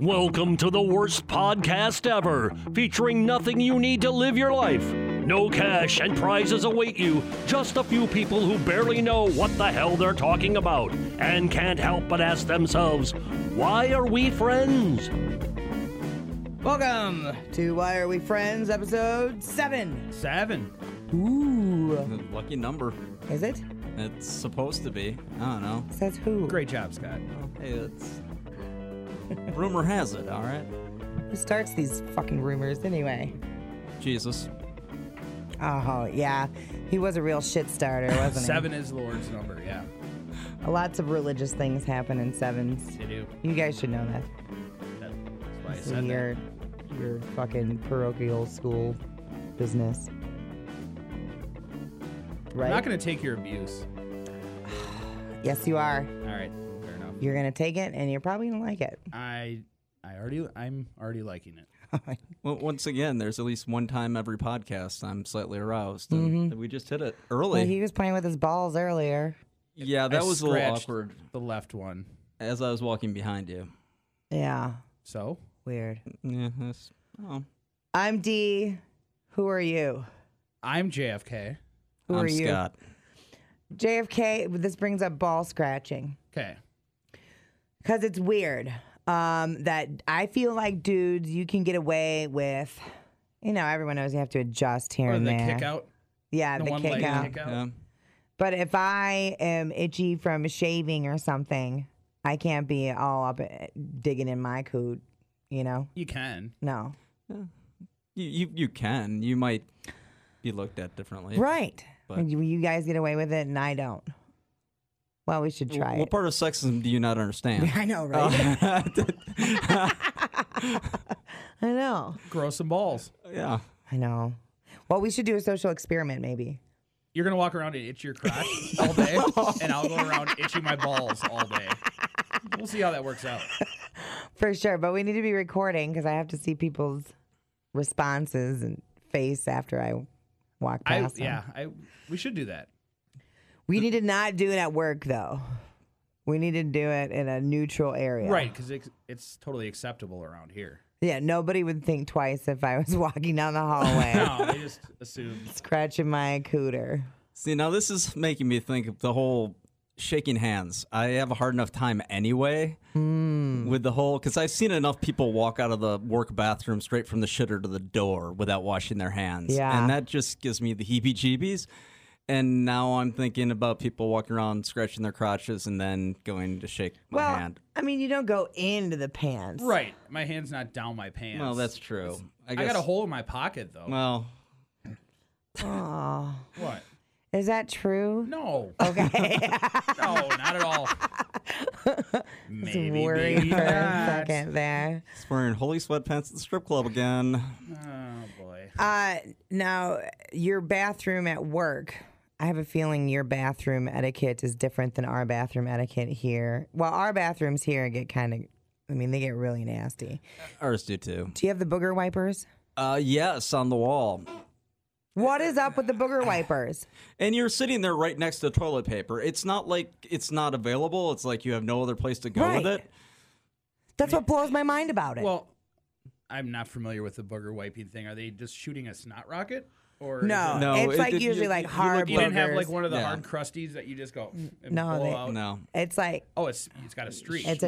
Welcome to the worst podcast ever, featuring nothing you need to live your life. No cash and prizes await you, just a few people who barely know what the hell they're talking about and can't help but ask themselves, why are we friends? Welcome to Why Are We Friends, episode seven. Seven. Ooh, Lucky number. is it? It's supposed to be. I don't know. Says who? Great job, Scott. Well, Hey, it's. Rumor has it, all right? Who starts these fucking rumors anyway? Jesus. Oh yeah, he was a real shit starter, wasn't Seven is the Lord's number, yeah. he? Lots of religious things happen in sevens. They do. You guys should know that. That's why I This is said that. your your fucking parochial school business, right? I'm not going to take your abuse. yes, you are. All right, fair enough. You're gonna take it, and you're probably gonna like it. I, I already, I'm already liking it. Well, once again, there's at least one time every podcast I'm slightly aroused, and we just hit it early. Mm-hmm. Well, he was playing with his balls earlier. yeah, that I was a little scratched awkward The left one. as I was walking behind you. Yeah, So weird. Yeah, that's, oh, I'm D. Who are you? I'm JFK. Who I'm are you? Scott. JFK, this brings up ball scratching Okay. Oh, because it's weird um, that I feel like dudes, you can get away with, you know, everyone knows you have to adjust here Or and the there. kick out. Yeah, The the, one kick leg out. kick out. Yeah. But if I am itchy from shaving or something, I can't be all up eh, digging in my coot, you know? You can. No. You, you you can. You might be looked at differently. Right. But- you, you guys get away with it and I don't. Well, we should W- try What part of sexism do you not understand? it. I know, right? Uh, I know. Grow some balls. yeah. I know. Well, we should do a social experiment, maybe. You're gonna walk around and itch your crotch all day, and I'll go around itching my balls all day. We'll see how that works out. For sure, but we need to be recording because I have to see people's responses and face after I walk I past. them. yeah. I we should do that. We need to not do it at work though. We need to do it in a neutral area. Right, because it's, it's totally acceptable around here. Yeah. Nobody would think twice if I was walking down the hallway No, they just assume. scratching my cooter. See, now this is making me think of the whole shaking hands. I have a hard enough time anyway Hmm. with the whole because I've seen enough people walk out of the work bathroom straight from the shitter to the door without washing their hands. Yeah. And that just gives me the heebie jeebies. And now I'm thinking about people walking around scratching their crotches and then going to shake my Well, hand. I mean, you don't go into the pants. Right, my hand's not down my pants. Well, that's true. I, I guess, got a hole in my pocket though. Well, Oh, what? is that true? No, Okay. no, not at all. Maybe, Worried maybe for a not. second there. it's wearing holy sweatpants at the strip club again. Oh boy. Uh, now your bathroom at work. I have a feeling your bathroom etiquette is different than our bathroom etiquette here. Well, our bathrooms here get kind of, I mean, they get really nasty. Ours do too. Do you have the booger wipers? Uh, yes, on the wall. What is up with the booger wipers? And you're sitting there right next to toilet paper. It's not like it's not available. It's like you have no other place to go with Right. it. That's what blows my mind about it. Well, I'm not familiar with the booger wiping thing. Are they just shooting a snot rocket? Or is no, it- No, it's it- like it- usually you- like you hard look- you didn't have like boogers. one of the Yeah. hard crusties that you just go and No, pull they- out. No. It's like Oh, it's it's got a streak. it's a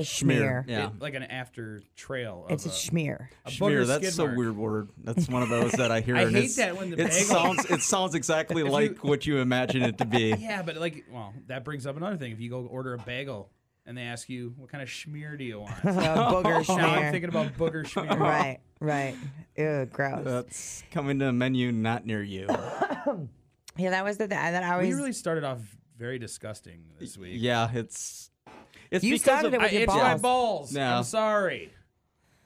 smear. Schmear. Yeah. It- like an after trail. Of It's a smear. a Schmear, booger that's skid a mark. weird word. That's one of those that I hear. I and hate it's- that when the it bagel- sounds it sounds exactly like what you imagine it to be. Yeah, but like, well, that brings up another thing. If you go order a bagel and they ask you what kind of schmear do you want, A booger now smear. I'm thinking about booger schmear. right, right. Ew, gross. That's coming to a menu not near you. yeah, that was the th- that I We always. really started off very disgusting this week. Yeah, it's it's You because started of, it I with your itch my balls. balls. No. I'm sorry.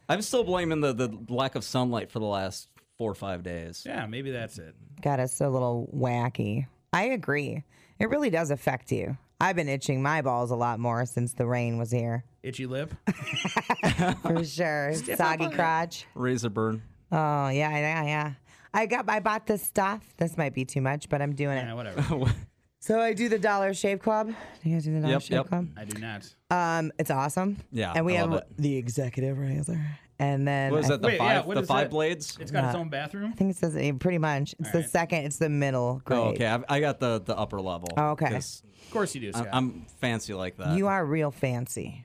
I'm still blaming the the lack of sunlight for the last four or five days. Yeah, maybe that's it. got us a little wacky. I agree. It really does affect you. I've been itching my balls a lot more since the rain was here. Itchy lip. For sure. Soggy crotch. Razor burn. Oh, yeah, yeah, yeah. I got I bought this stuff. This might be too much, but I'm doing Yeah, it. whatever. What- So I do the Dollar Shave Club. Do you guys do the Dollar Yep, Shave yep. Club? I do not. Um, it's awesome. Yeah, and we I love have it. the executive razor, and then What is I that? The Wait, yeah, five, what the is five that? blades. It's got its own bathroom. uh, I think it says eh, pretty much. It's the right. second. It's the middle grade. Oh, okay. I've, I got the the upper level. Oh, okay. 'cause Of course you do, I- Scott. I'm fancy like that. You are real fancy.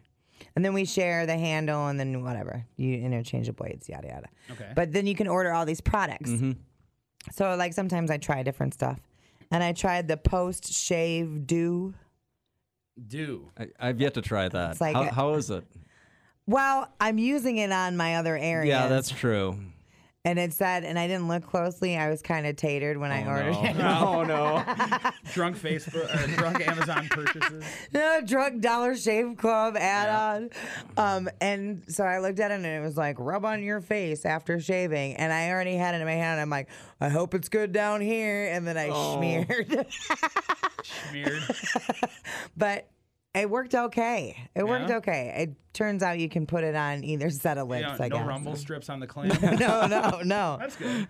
And then we share the handle and then whatever. You interchange the blades, yada, yada. Okay. But then you can order all these products. Mm-hmm. So, like, sometimes I try different stuff. And I tried the post shave do. do. I, I've yet to try that. like how, a- how is it? Well, I'm using it on my other areas. Yeah, that's true. And it said, and I didn't look closely. I was kind of tatered when I ordered No. it. Oh no. Drunk Facebook or drunk Amazon purchases. no drug dollar shave club add on. Um, and so I looked at it and it was like, rub on your face after shaving. And I already had it in my hand. I'm like, I hope it's good down here. And then I Oh. smeared. Schmeared. but it worked okay. It worked Yeah? okay. It turns out you can put it on either set of You lips, know, I no guess. rumble strips on the clam. no, no, no. That's good.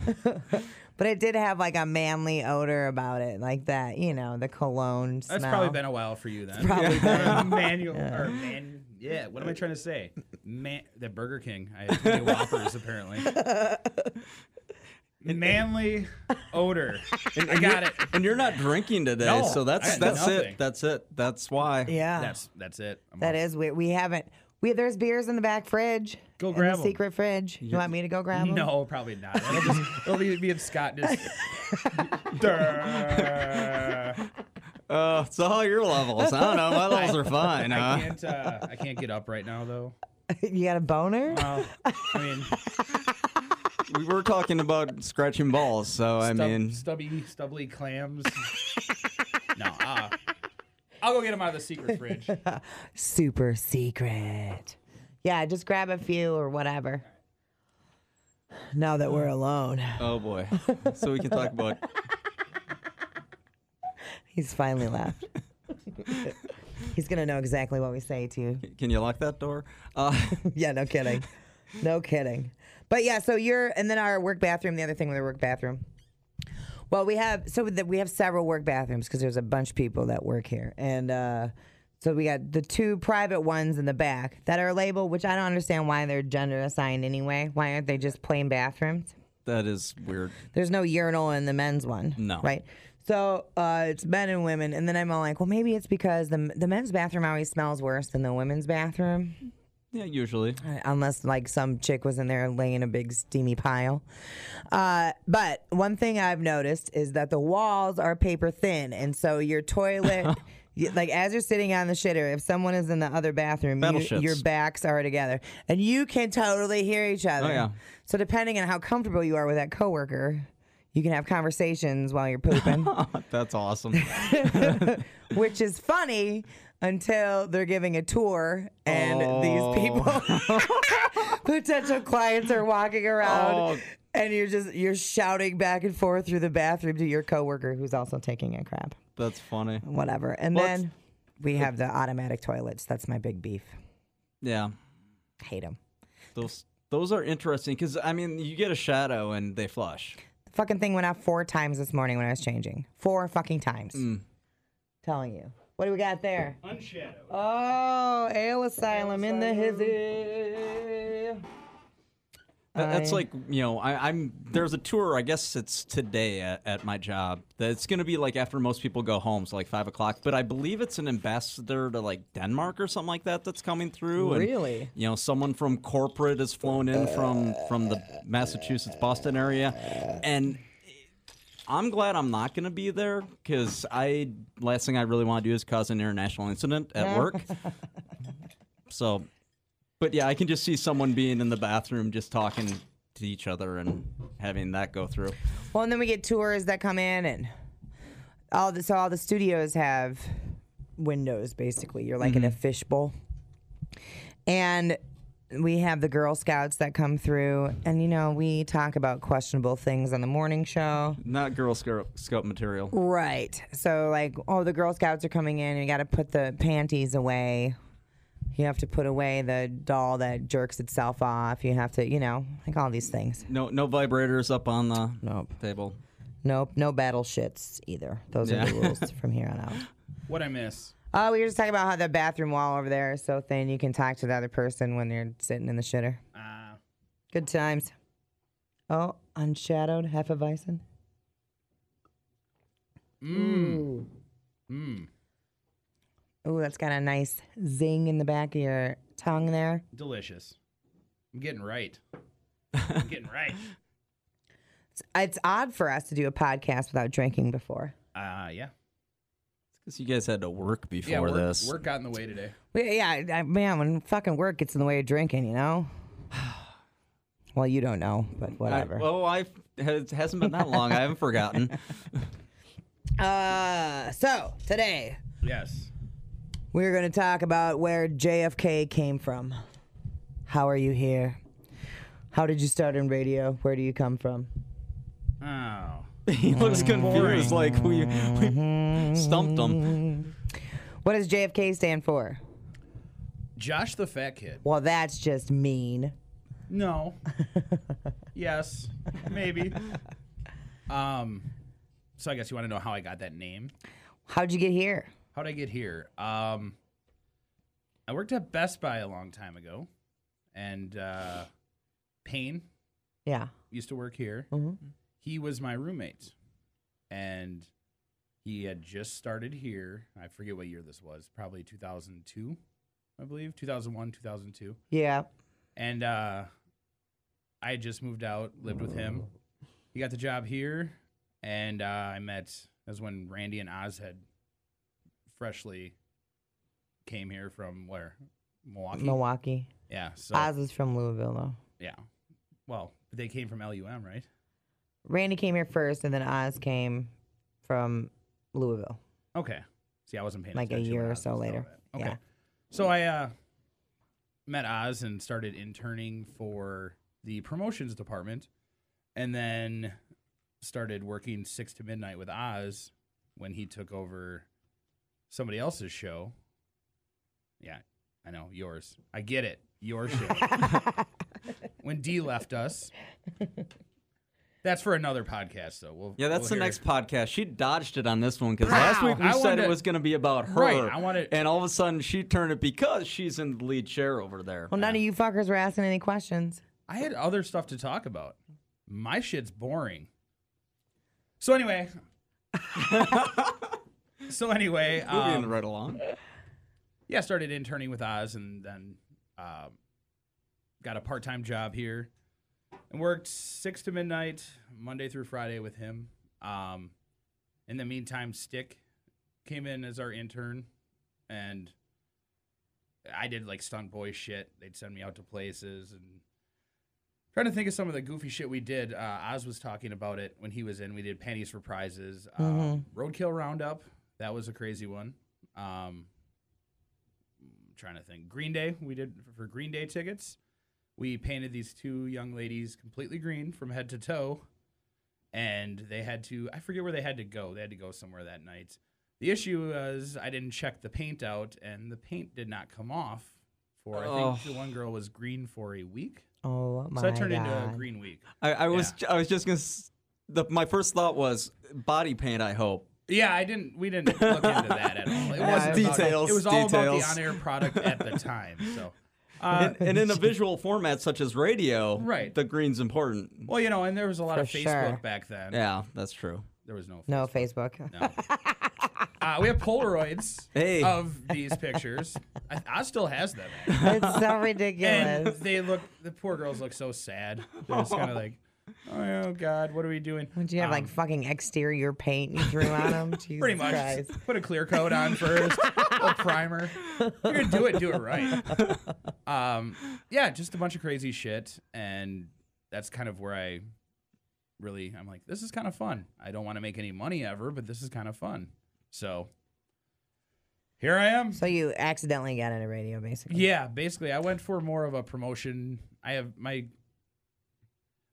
But it did have like a manly odor about it, like that, you know, the cologne smell. That's probably been a while for you then. Probably Or manual or man. Yeah. What am I trying to say? Man, the Burger King. I have too many Whoppers apparently. Manly odor. I got it. And you're not drinking today, No, so I that's had that's nothing. it. That's it. That's why. Yeah. That's that's it. I'm That off. is weird. We haven't. We there's beers in the back fridge. Go in grab the 'em. secret fridge. You want me to go grab them? No, probably not. It'll, just, it'll be, be in Scott just. Durr. Uh, so all your levels. I don't know. My levels are fine. I Huh? can't. Uh, I can't get up right now though. you got a boner? Well, I mean, We were talking about scratching balls, so I stub- mean, stubby, stubbly clams. no, uh, I'll go get them out of the secret fridge. Super secret. Yeah, just grab a few or whatever. Now that we're alone, oh boy. So we can talk about. he's finally left. he's gonna know exactly what we say to you. Can you lock that door? Uh, yeah, no kidding. No kidding. But yeah, so you're and then our work bathroom, the other thing with our work bathroom. Well, we have so that we have several work bathrooms because there's a bunch of people that work here. And uh so we got the two private ones in the back that are labeled, which I don't understand why they're gender assigned anyway. Why aren't they just plain bathrooms? that is weird. There's no urinal in the men's one. No. Right. So uh, it's men and women, and then I'm all like, well, maybe it's because the the men's bathroom always smells worse than the women's bathroom. Yeah, usually. unless like some chick was in there laying a big steamy pile. Uh, but one thing I've noticed is that the walls are paper thin, and so your toilet. you- Like as you're sitting on the shitter, if someone is in the other bathroom, Battle you, shits. your backs are together, and you can totally hear each other. Oh, yeah. So depending on how comfortable you are with that coworker, you can have conversations while you're pooping, That's awesome. which is funny until they're giving a tour and Oh. these people potential clients are walking around Oh. and you're just you're shouting back and forth through the bathroom to your coworker who's also taking a crap That's funny. whatever and Well, it's- then we have the automatic toilets that's my big beef Yeah, hate them those those are interesting because I mean, you get a shadow and they flush. the fucking thing went off four times this morning when i was changing four fucking times Mm. telling you what do we got there Unshadowed. oh ale asylum in the hizzy That- That's I- like you know, I, I'm there's a tour. I guess it's today at, at my job. That it's gonna be like after most people go home, so like five o'clock. But I believe it's an ambassador to like Denmark or something like that that's coming through. and, Really? You know, someone from corporate is flown in from from the Massachusetts Boston area, and I'm glad I'm not going to be there because I last thing I really want to do is cause an international incident at work. so, but yeah, I can just see someone being in the bathroom just talking to each other and having that go through. Well, and then we get tours that come in, and all the so all the studios have windows. Basically, you're like in a fishbowl, and we have the Girl Scouts that come through, and you know we talk about questionable things on the morning show. Not Girl Scout, scout material. Right. So like, oh, the Girl Scouts are coming in, and you got to put the panties away. You have to put away the doll that jerks itself off. You have to, you know, like all these things. No, no vibrators up on the Nope. table. Nope, no battle shits either. Those are the rules from here on out. What I miss? Oh, we were just talking about how the bathroom wall over there is so thin you can talk to the other person when they're sitting in the shitter. Uh, Good times. Oh, unshadowed Hefeweizen. mm, Ooh, that's got a nice zing in the back of your tongue there. delicious. I'm getting right. I'm getting right. It's, it's odd for us to do a podcast without drinking before. Uh, yeah. Because you guys had to work before Yeah, work, this. work got in the way today. We- Yeah, I- man, when fucking work gets in the way of drinking, you know? Well, you don't know, but I, whatever. well, I it hasn't been that long. I haven't forgotten. Uh, so, today, Yes. We're going to talk about where JFK came from. How are you here? How did you start in radio? Where do you come from? Oh. he looks confused, like we, Mm-hmm. we stumped him. What does JFK stand for? Josh the fat kid. Well, that's just mean. No. yes. Maybe. Um. So I guess you want to know how I got that name. How'd you get here? How'd I get here? Um, I worked at Best Buy a long time ago, and uh, Payne Yeah. used to work here. Mhm. He was my roommate, and he had just started here. I forget what year this was, probably 2002, I believe, 2001, 2002. Yeah. And uh, I had just moved out, lived with him. He got the job here, and uh, I met. That was when Randy and Oz had freshly came here from where Milwaukee. Milwaukee. Yeah. So Oz is from Louisville, though. yeah. Well, they came from LUM, right? Randy came here first, and then Oz came from Louisville. Okay. See, I wasn't paying Like a attention year when or Oz so was later. doing that. Okay. Yeah. So I uh, met Oz and started interning for the promotions department, and then started working six to midnight with Oz when he took over somebody else's show. Yeah, I know yours. I get it. Your show. when D left us. That's for another podcast, though. We'll, Yeah, that's we'll the hear- next podcast. She dodged it on this one because last Wow. week we I said wanted- it was going to be about her. Right, I wanted- and all of a sudden she turned it because she's in the lead chair over there. Well, none of you fuckers were asking any questions. I had other stuff to talk about. My shit's boring. So anyway. so anyway, Moving um, right along. yeah, I started interning with Oz and then um, got a part-time job here and worked 6 to midnight Monday through Friday with him. Um, in the meantime, Stick came in as our intern and I did like stunt boy shit. They'd send me out to places and trying to think of some of the goofy shit we did. Uh, Oz was talking about it when he was in. We did panties for prizes, um, roadkill roundup. That was a crazy one. Um, I'm trying to think. Green Day. We did for Green Day tickets. We painted these two young ladies completely green from head to toe, and they had to. I forget where they had to go. They had to go somewhere that night. The issue was I didn't check the paint out, and the paint did not come off. For I think Oh. the one girl was green for a week. Oh my So that turned god. into a green week. I, I was I was just gonna. s- The, my first thought was body paint. I hope. Yeah, I didn't. We didn't look into that at all. It wasn't about- Details, it was all details. about the on-air product at the time. So, uh, And, and in a visual format such as radio, Right. The green's important. well, you know, and there was a lot of For Facebook sure. back then. Yeah, that's true. There was no. no Facebook. Uh, we have Polaroids Hey. of these pictures. I, I still has them. actually. it's so And ridiculous. they look. The poor girls look so sad. They're just kind of like, oh God, what are we doing? Would you have like fucking exterior paint you threw on them? Jesus Um, Pretty much. Christ. Put a clear coat on first, a primer. If you're gonna do it, do it right. Um, yeah, just a bunch of crazy shit, and that's kind of where I really I'm like, this is kind of fun. I don't want to make any money ever, but this is kind of fun. So here I am. So you accidentally got into radio, basically. Yeah, basically, I went for more of a promotion. I have my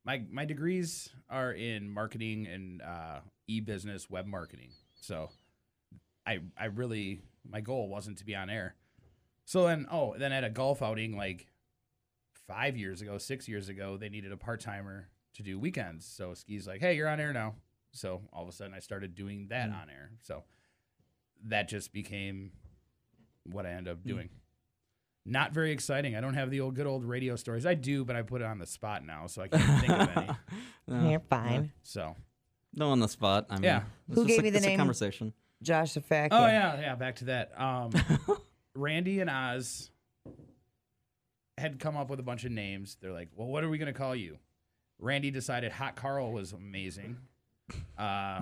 my my degrees are in marketing and uh, e business web marketing. So I I really my goal wasn't to be on air. So then oh then at a golf outing like five years ago, six years ago, they needed a part timer to do weekends. So Ski's like, hey, you're on air now. So all of a sudden, I started doing that on air. So that just became what I ended up doing. Not very exciting. I don't have the old good old radio stories. I do, but I put it on the spot now, so I can't think of any. You're fine. So No on the spot. I mean, Yeah. it's Who just gave a, you the it's a name? conversation. Josh Safak. Oh yeah, yeah. Back to that. Um, Randy and Oz had come up with a bunch of names. They're like, "Well, what are we gonna call you?" Randy decided Hot Carl was amazing. Uh,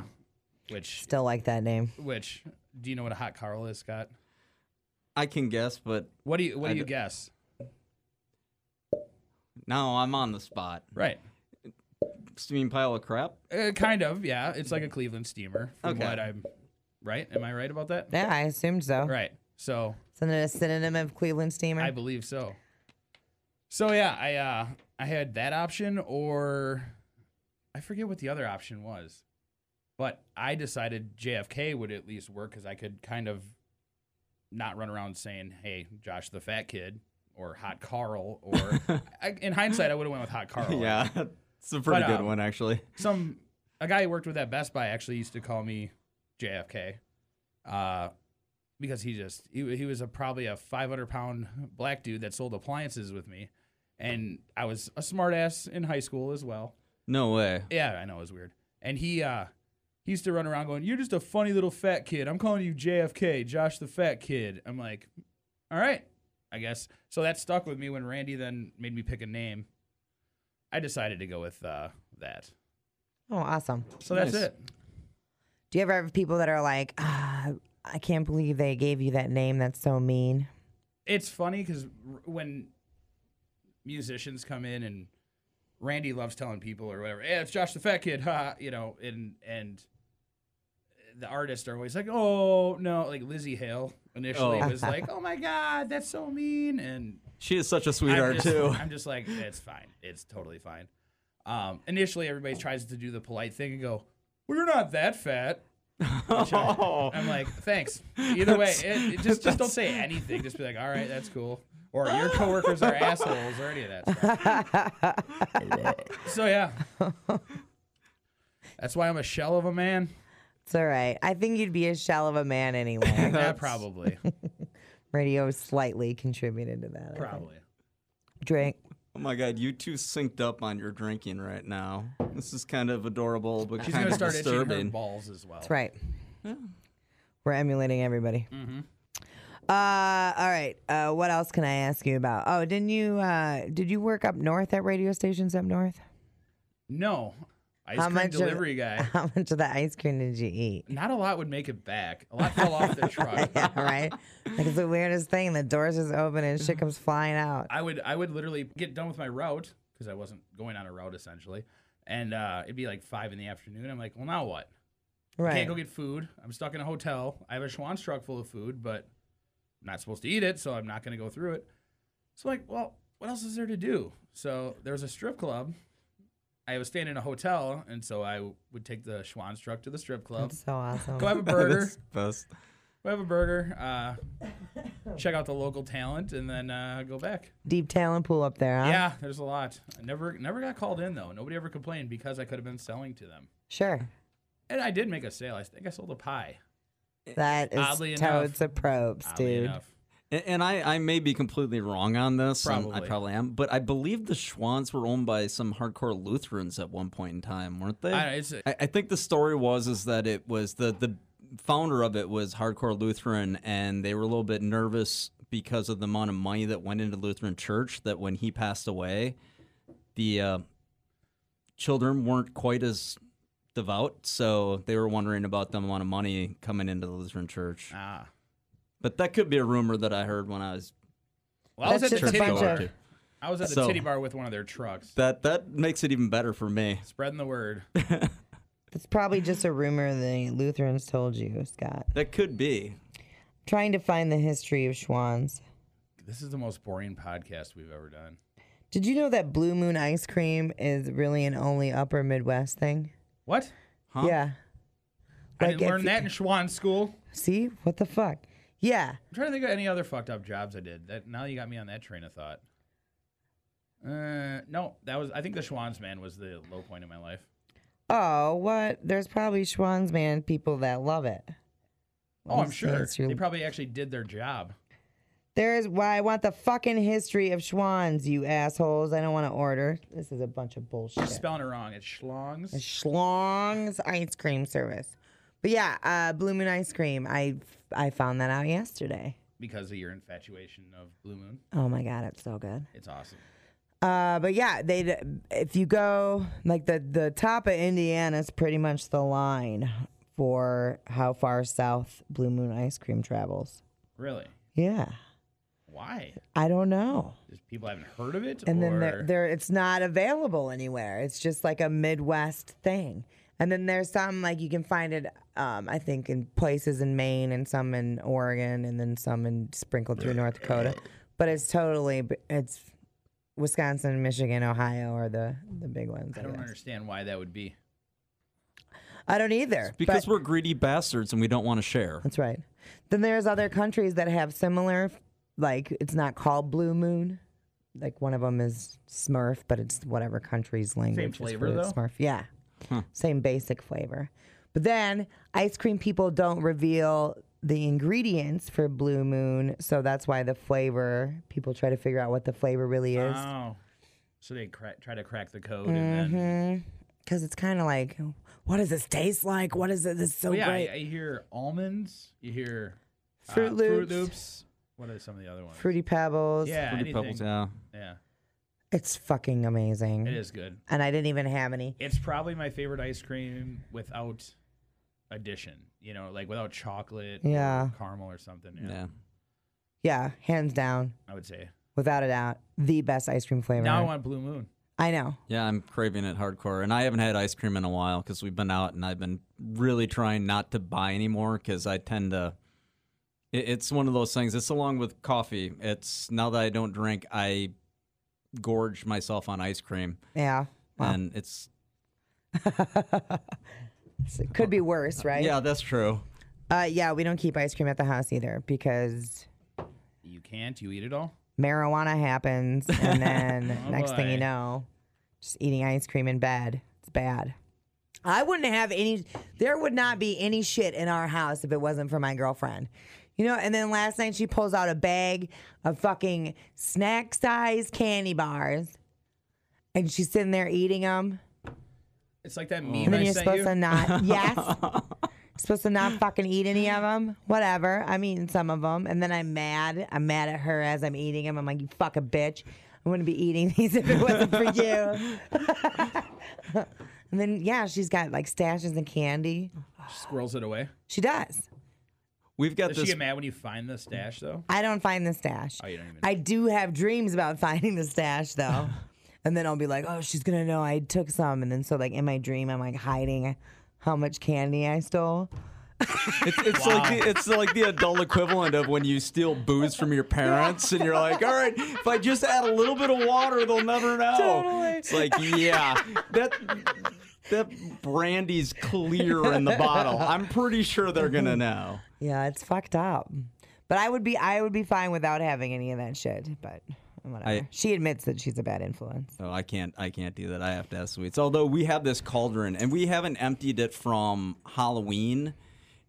which, Still like that name. which, do you know what a Hot Carl is, Scott? I can guess, but What do you, what I do you d- guess? now I'm on the spot. Right. Steaming pile of crap. Uh, kind of, yeah. It's like a Cleveland steamer. From Okay. what I'm, right? Am I right about that? Yeah, I assumed so. Right. So Isn't it a synonym of Cleveland Steamer? I believe so. So yeah, I uh I had that option or I forget what the other option was. But I decided JFK would at least work cuz I could kind of not run around saying, "Hey, Josh the fat kid" or "Hot Carl" or I, in hindsight I would have went with "Hot Carl." yeah, it's a pretty But, good um, one actually. Some a guy who worked with at Best Buy actually used to call me JFK. Uh because he just he, he was a probably a 500 pound black dude that sold appliances with me and i was a smartass in high school as well No way. yeah i know it was weird and he uh he used to run around going you're just a funny little fat kid i'm calling you jfk josh the fat kid i'm like all right i guess so that stuck with me when randy then made me pick a name i decided to go with uh that oh, awesome. so that's Nice. it Do you ever have people that are like, ah, I can't believe they gave you that name? That's so mean. it's funny because r- when musicians come in and Randy loves telling people or whatever, hey, it's Josh the Fat Kid, ha, you know, and and the artists are always like, oh no, like Lizzie Hale initially Oh. was like, oh my god, that's so mean, and She is such a sweetheart I'm just, too. I'm just like, it's fine, it's totally fine. Um, initially, everybody tries to do the polite thing and go, well, you're not that fat. Which I, Oh. I'm like, thanks. Either way, it, it just just don't That's- say anything. Just be like, all right, that's cool. Or your coworkers are assholes or any of that stuff. so yeah, that's why I'm a shell of a man. It's all right. I think you'd be a shell of a man anyway. Yeah, probably, Radio slightly contributed to that. I think. probably. Drink. Oh my god, you two synced up on your drinking right now. This is kind of adorable, but She's kind of gonna start itching her disturbing. balls as well. That's right. We're emulating everybody. Mm-hmm. Uh, all right. Uh, what else can I ask you about? Oh, didn't you? Uh, did you work up north at radio stations up north? No, ice How cream much of- delivery guy. How much of the ice cream did you eat? Not a lot would make it back. A lot fell off the truck. Yeah, right. Like it's the weirdest thing. The doors just open and shit comes flying out. I would I would literally get done with my route because I wasn't going on a route essentially, and uh, it'd be like five in the afternoon. I'm like, well, now what? I Right. Can't go get food. I'm stuck in a hotel. I have a Schwann's truck full of food, but I'm not supposed to eat it, so I'm not going to go through it. So like, well, what else is there to do? So there was a strip club. I was staying in a hotel, and so I would take the Schwann's truck to the strip club. That's so awesome. Go have a burger. That's best. go have a burger. Uh, check out the local talent, and then uh, go back. Deep talent pool up there, huh? Yeah, there's a lot. I never never got called in though. Nobody ever complained because I could have been selling to them. Sure. And I did make a sale. I think I sold a pie. That is Oddly enough- totes of probes, Oddly dude. enough. A- And I, I may be completely wrong on this. and Probably. I probably am. But I believe the Schwans were owned by some hardcore Lutherans at one point in time, weren't they? I don't know, it's I, I think the story was is that it was the the founder of it was hardcore Lutheran, and they were a little bit nervous because of the amount of money that went into Lutheran Church. That when he passed away, the uh, children weren't quite as devout, so they were wondering about the amount of money coming into the Lutheran Church. ah. But that could be a rumor that I heard when I was Well, I was That's at the just a titty bunch bar. of- I was at the So- titty bar with one of their trucks, that that makes it even better for me. spreading the word. It's probably just a rumor the Lutherans told you, Scott. That could be. Trying to find the history of Schwann's. this is the most boring podcast we've ever done. Did you know that Blue Moon ice cream is really an only upper Midwest thing? What? Huh? Yeah. I Like didn't if learn you- that in Schwann school. See? What the fuck? Yeah. I'm trying to think of any other fucked up jobs I did. That now you got me on that train of thought. Uh, no, that was I think the Schwann's man was the low point in my life. Oh, what? There's probably Schwanzman people that love it. Oh, I'm That's- sure. that's your- They probably actually did their job. There is why I want the fucking history of Schwans, you assholes. I don't want to order. This is a bunch of bullshit. Spelling it wrong. It's schlongs. Schlong's ice cream service. But yeah, uh, Blue Moon ice cream. I I found that out yesterday. because of your infatuation of Blue Moon. Oh my god, it's so good. It's awesome. Uh, but yeah, they if you go like the the top of Indiana is pretty much the line for how far south Blue Moon ice cream travels. Really? Yeah, Why? I don't know. Just people haven't heard of it? and then or- there, there it's not available anywhere it's just like a midwest thing and then there's some like you can find it um, i think in places in maine and some in oregon and then some in sprinkled through north dakota but it's totally b- it's wisconsin michigan ohio are the the big ones i, I don't guess. understand why that would be. I don't either Because but- we're greedy bastards and we don't want to share. that's right then there's other countries that have similar like it's not called blue moon like one of them is smurf but it's whatever country's language is flavor, for though? smurf yeah same basic flavor. But then ice cream people don't reveal the ingredients for Blue Moon, so that's why the flavor people try to figure out what the flavor really is Oh. So they cra- try to crack the code and Mm-hmm. then. because it's kind of like, what does this taste like? What is it? This is so Well, oh, yeah, I, great. I hear almonds. You hear uh, Fruit Fruit Loops. Loops. What are some of the other ones? Fruity Pebbles. yeah, Fruity anything. Pebbles, yeah. Yeah, It's fucking amazing. it is good. And I didn't even have any. It's probably my favorite ice cream without addition. You know, like without chocolate, or Yeah. caramel or something. Yeah, Yeah. Yeah, hands down, I would say. without a doubt, the best ice cream flavor. Now I want Blue Moon. I know. Yeah, I'm craving it hardcore. And I haven't had ice cream in a while because we've been out and I've been really trying not to buy anymore because I tend to. it- It's one of those things. It's along with coffee. It's now that I don't drink, I gorge myself on ice cream. Yeah. Wow. And it's. It could be worse, right? Yeah, that's true. Uh, yeah, we don't keep ice cream at the house either because You can't. You eat it all. marijuana happens, and then Oh, next thing you boy. know, just eating ice cream in bed. It's bad. I wouldn't have any. There would not be any shit in our house if it wasn't for my girlfriend. You know, and then last night she pulls out a bag of fucking snack size candy bars, and she's sitting there eating them. It's like that Oh. And meme then I you're sent supposed you. to not, yes, You're supposed to not fucking eat any of them. Whatever. I'm eating some of them, and then I'm mad. I'm mad at her as I'm eating them. I'm like, you fuck a bitch. I wouldn't be eating these if it wasn't for you. and then yeah, she's got like stashes and candy. Squirrels it away. She does. We've got Does she this. get mad when you find the stash though? I don't find the stash. Oh, you don't even. I do have dreams about finding the stash though. and then I'll be like, oh, she's gonna know I took some. And then so like in my dream, I'm like hiding how much candy I stole. It's, it's like the, it's like the adult equivalent of when you steal booze from your parents and you're like, all right, if I just add a little bit of water, they'll never know. Totally. It's like, yeah, that that brandy's clear in the bottle. I'm pretty sure they're gonna Mm-hmm. know. Yeah, it's fucked up. But I would be I would be fine without having any of that shit. But whatever. I- she admits that she's a bad influence. So I can't I can't do that. I have to have sweets. Although we have this cauldron and we haven't emptied it from Halloween.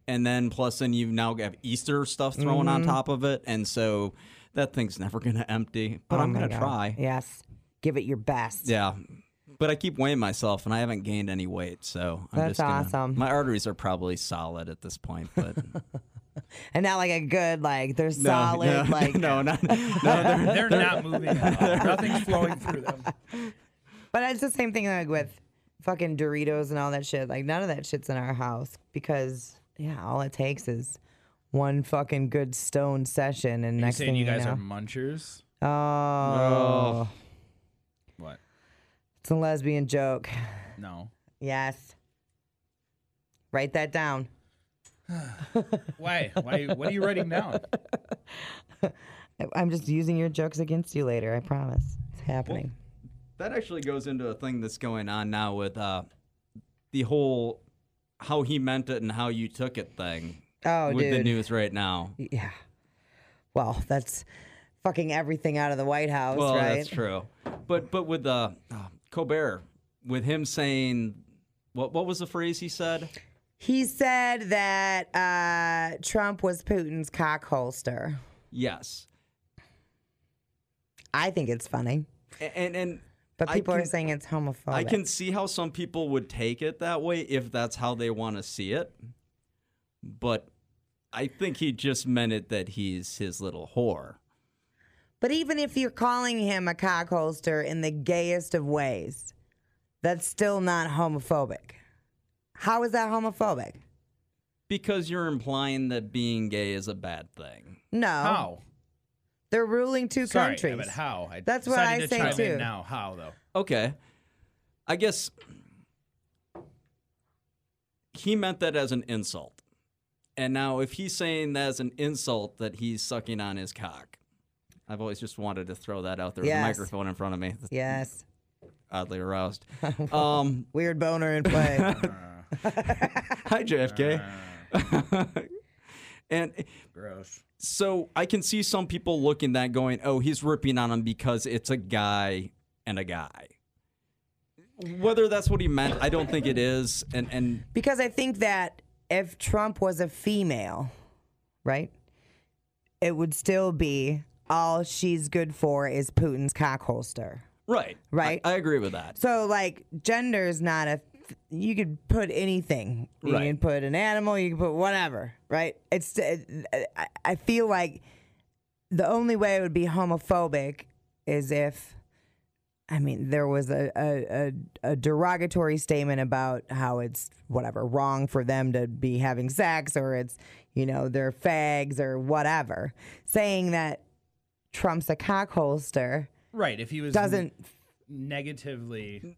And then plus then you now have Easter stuff thrown on Mm-hmm. top of it. And so that thing's never gonna empty. But Oh I'm my gonna God. try. Yes, give it your best. Yeah. But I keep weighing myself and I haven't gained any weight, so I'm That's just gonna- awesome. My arteries are probably solid at this point, but And not like a good like they're No, solid no, like. no, not, no, they're- They're not moving. at all. Nothing's flowing through them. But it's the same thing like with fucking Doritos and all that shit. Like none of that shit's in our house because yeah, all it takes is one fucking good stone session and You next saying thing you guys know, are munchers? oh, What? it's a lesbian joke. No. Yes. Write that down. Why? Why? What are you writing down? I- I'm just using your jokes against you later. I promise. It's happening. that actually goes into a thing that's going on now with uh, the whole how he meant it and how you took it thing Oh, with the dude. news right now. yeah. Well, that's fucking everything out of the White House, well, right? that's true. But but with uh, uh, Colbert, with him saying What what was the phrase he said? He said that uh, Trump was Putin's cock holster. Yes. I think it's funny, A- And and but I people are can- saying it's homophobic. I can see how some people would take it that way if that's how they want to see it. But I think he just meant it that he's his little whore. But even if you're calling him a cock holster in the gayest of ways, that's still not homophobic. How is that homophobic? Because you're implying that being gay is a bad thing. No. How? They're ruling two Sorry, countries. but how? I That's what decided I to say, chime too. in Now, how though? Okay. I guess he meant that as an insult. And now, if he's saying that as an insult that he's sucking on his cock, I've always just wanted to throw that out there with Yes. a microphone in front of me. Yes. Oddly aroused. Um, Weird boner in play. Hi, JFK. and Gross. so I can see some people looking that going, oh, he's ripping on him because it's a guy and a guy. Whether that's what he meant, I don't think it is. And and because I think that if Trump was a female, right, it would still be all she's good for is Putin's cock holster. right, Right. I, I agree with that. So like gender is not a you could put anything. You Right. can put an animal, you can put whatever, right? It's it, I, I feel like the only way it would be homophobic is if I mean there was a a, a, a derogatory statement about how it's whatever wrong for them to be having sex or it's you know they're fags or whatever saying that Trump's a cock holster Right. If he was doesn't negatively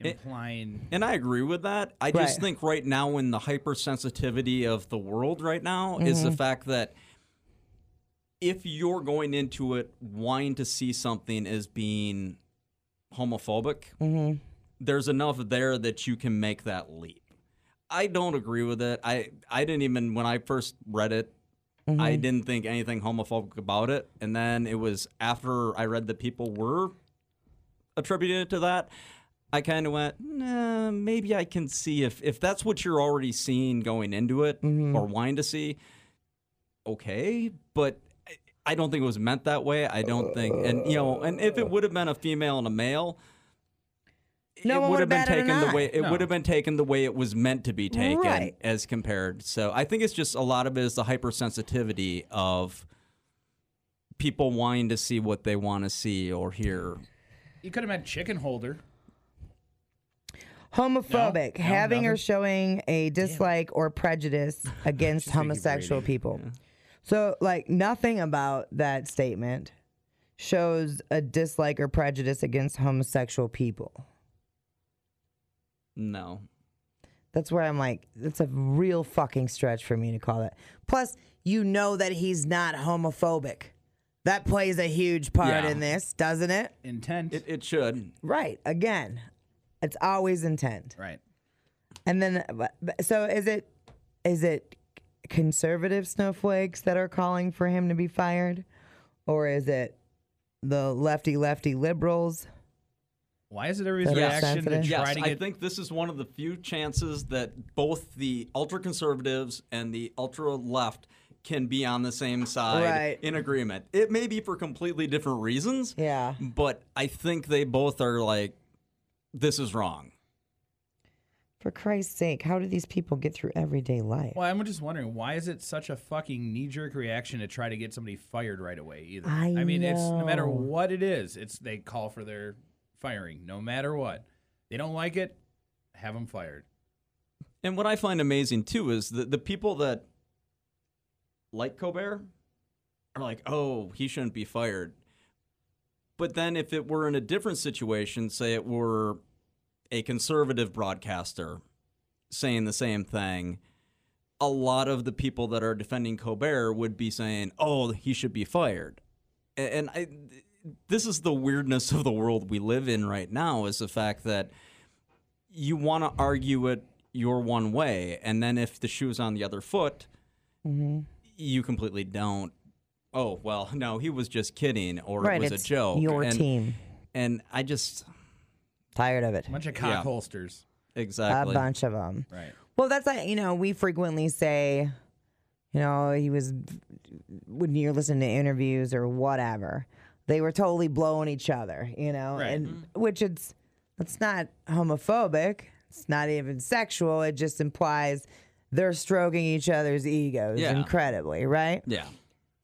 implying And I agree with that. I just Right. think right now, in the hypersensitivity of the world right now, is the fact that if you're going into it wanting to see something as being homophobic, there's enough there that you can make that leap. I don't agree with it. I, I didn't even, when I first read it, Mm-hmm. I didn't think anything homophobic about it. And then it was after I read that people were attributing it to that. I kind of went, nah, maybe I can see if if that's what you're already seeing going into it Mm-hmm. or wanting to see. Okay, but I, I don't think it was meant that way. I don't think, and you know, and Uh. if it would have been a female and a male, No it one would would've have been batted an taken the eye. way it No. would have been taken the way it was meant to be taken Right. as compared. So I think it's just a lot of it is the hypersensitivity of people wanting to see what they want to see or hear. you could have meant chicken holder. homophobic No, no, having or nothing. showing a dislike or prejudice against homosexual people so like nothing about that statement shows a dislike or prejudice against homosexual people No, that's where i'm like that's a real fucking stretch for me to call that plus you know that he's not homophobic that plays a huge part Yeah. in this doesn't it Intent. it, it should. right again it's always intent right. And then, uh, but- but- so is it is it conservative snowflakes that are calling for him to be fired, or is it the lefty lefty liberals? Why is it everybody's That are reaction to sensitive. try Yes, to I get think this is one of the few chances that both the ultra conservatives and the ultra left can be on the same side Right. in agreement. It may be for completely different reasons, Yeah, but I think they both are like, this is wrong. for Christ's sake, how do these people get through everyday life? Well, I'm just wondering why is it such a fucking knee jerk reaction to try to get somebody fired right away? Either I mean, it's no matter know. what it is, it's they call for their firing, no matter what. They don't like it, have them fired. And what I find amazing too is that the people that like Colbert are like, oh, he shouldn't be fired. But then if it were in a different situation, say it were a conservative broadcaster saying the same thing, a lot of the people that are defending Colbert would be saying, oh, he should be fired. A- And I, this is the weirdness of the world we live in right now is the fact that you want to argue it your one way, and then if the shoe's on the other foot, Mm-hmm. you completely don't. Oh well, no, he was just kidding, or right, it was it's a joke. your and, team. and I just Tired of it. Bunch of cock Yeah. holsters. Exactly. a bunch of them. Right. Well, that's like you know we frequently say, you know, he was when you're listening to interviews or whatever, they were totally blowing each other, you know, Right. and which it's that's not homophobic. It's not even sexual. It just implies they're stroking each other's egos Yeah. incredibly, right? Yeah.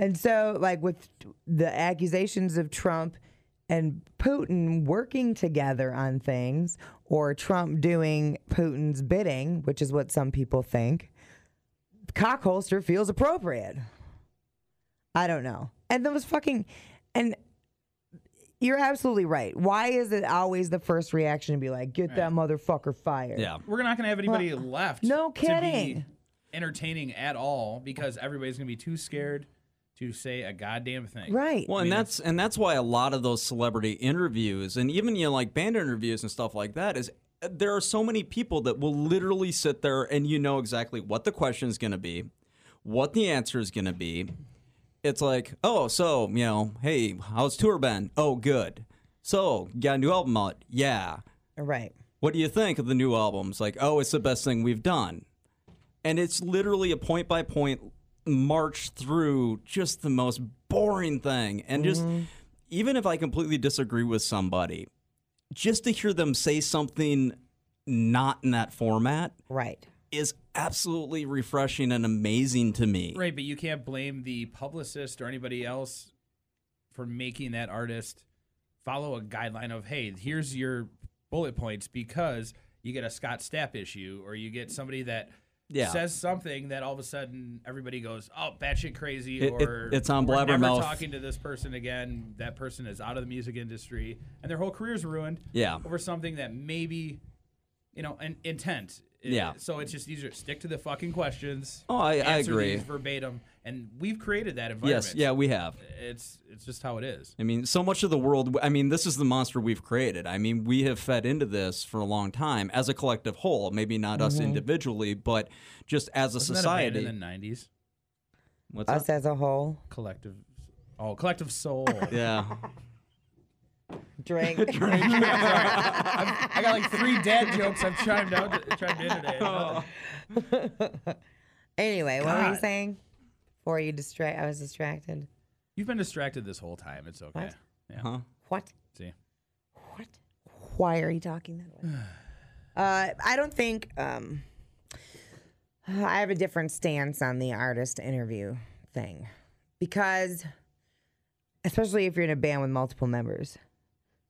And so, like with the accusations of Trump and Putin working together on things, or Trump doing Putin's bidding, which is what some people think, Cockholster feels appropriate. I don't know. And those fucking, and you're absolutely right. Why is it always the first reaction to be like, get that motherfucker fired? Yeah. We're not gonna have anybody left. no To be kidding. entertaining at all because everybody's gonna be too scared to say a goddamn thing. Right. Well, and that's and that's why a lot of those celebrity interviews and even you know like band interviews and stuff like that is uh, there are so many people that will literally sit there and you know exactly what the question is going to be, what the answer is going to be. It's like, "Oh, so, you know, hey, how's tour been? Oh, good. So, you got a new album out? Yeah. right. What do you think of the new album? It's like, "Oh, it's the best thing we've done." And it's literally a point by point march through just the most boring thing. And just even if I completely disagree with somebody, just to hear them say something not in that format Right. is absolutely refreshing and amazing to me. Right, but you can't blame the publicist or anybody else for making that artist follow a guideline of, hey, here's your bullet points because you get a Scott Stapp issue or you get somebody that Yeah. says something that all of a sudden everybody goes, oh, batshit crazy It- it- or it's on "We're never blabbermouth." talking to this person again. That person is out of the music industry and their whole career's ruined Yeah. over something that maybe, you know, an intent. It- Yeah. So it's just easier. Stick to the fucking questions. Oh, I, I Answer agree. these verbatim, and we've created that environment. Yes, yeah, we have. It's it's just how it is. I mean, so much of the world. I mean, this is the monster we've created. I mean, we have fed into this for a long time as a collective whole. Maybe not us individually, but just as a Mm-hmm. Wasn't that a band society. in the '90s, What's Us that? as a whole. collective, oh, collective soul. Yeah, Drink. I got like three dad jokes I've chimed out, chimed in today. Oh. Anyway, what were you God. saying? Before you distract, I was distracted. You've been distracted this whole time. It's okay. What? Yeah. Huh? What? See, What? Why are you talking that way? uh, I don't think. Um, I have a different stance on the artist interview thing because, especially if you're in a band with multiple members,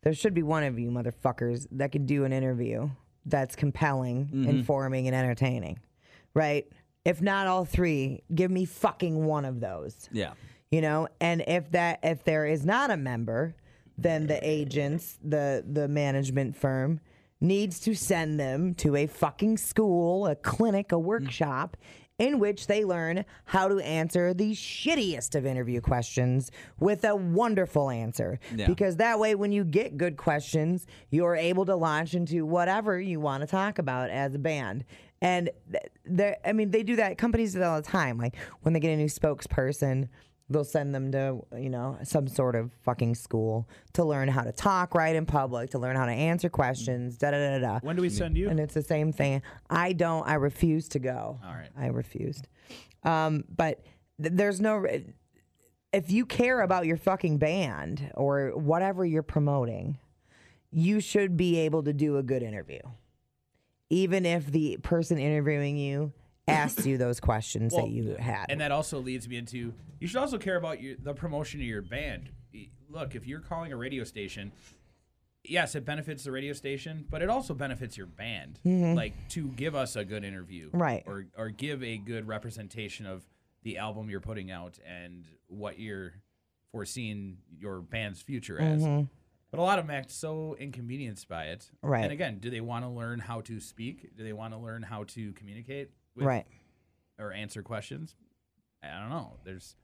there should be one of you motherfuckers that can do an interview that's compelling, informing, and entertaining, right? If not all three, give me fucking one of those yeah, you know and if that if there is not a member then the agents the the management firm needs to send them to a fucking school a clinic a workshop in which they learn how to answer the shittiest of interview questions with a wonderful answer Yeah. because that way when you get good questions you're able to launch into whatever you want to talk about as a band and th- there i mean they do that companies do that all the time like when they get a new spokesperson they'll send them to you know some sort of fucking school to learn how to talk right in public to learn how to answer questions da da da da da when do we send you? and it's the same thing i don't i refuse to go all right. i refused um but th- there's no re- if you care about your fucking band or whatever you're promoting you should be able to do a good interview even if the person interviewing you asks you those questions that you had And that also leads me into you should also care about your, the promotion of your band. Y- Look, if you're calling a radio station, yes, it benefits the radio station, but it also benefits your band. Like to give us a good interview, Mm-hmm. Right. Or or give a good representation of the album you're putting out and what you're foreseeing your band's future as. But a lot of them act so inconvenienced by it. Mm-hmm. Right. And again, do they want to learn how to speak? Do they want to learn how to communicate? With right or answer questions. I don't know. There's,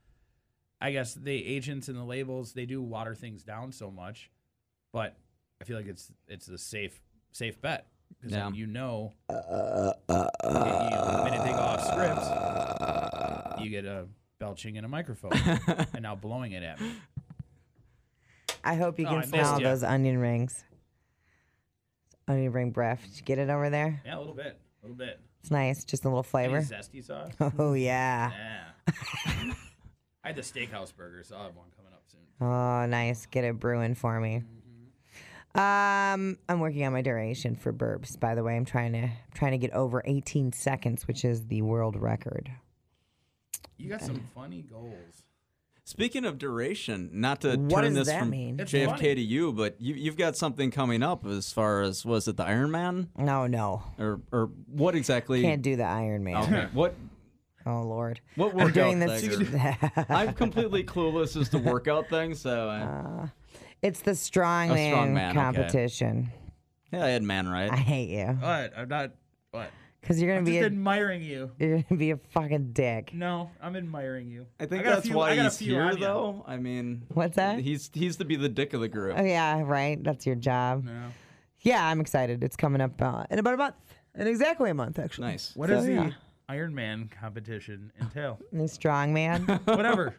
I guess the agents and the labels they do water things down so much, but I feel like it's it's the safe safe bet because Yeah. you know you- you- the minute they go off script, you get a belching in a microphone and now blowing it at me. I hope you Oh, can I missed smell ya. those onion rings. It's I need to bring breath. Did you get it over there? Yeah, a little bit, a little bit. It's nice, just a little Any flavor. zesty sauce? Oh yeah. Yeah. I had the steakhouse burger, so I'll have one coming up soon. Oh, nice. Get it brewing for me. Um, I'm working on my duration for burps. By the way, I'm trying to trying to get over 18 seconds, which is the world record. You got some funny goals. Speaking of duration, not to What turn does this that from mean? It's JFK funny. to you, but you, you've got something coming up as far as was it the Iron Man No, no, or or what exactly? can't do the Iron Man. Okay, what Oh Lord, what I'm workout doing this. thing or- I'm completely clueless as to workout things, so uh, I, Uh, it's the strongman, strongman, okay. competition. yeah, I had man right. I hate you What? I'm not. What? because you're gonna Just be a, admiring you. you're gonna be a fucking dick. No, I'm admiring you. I think got a that's few- why I got a he's few here, on ya. though. I mean, What's that? He's he's to be the dick of the group. Oh yeah, right. That's your job. No. Yeah, I'm excited. It's coming up uh, in about a month, in exactly a month actually. Nice. What does So, the yeah. Iron Man competition entail? The strongman. Whatever.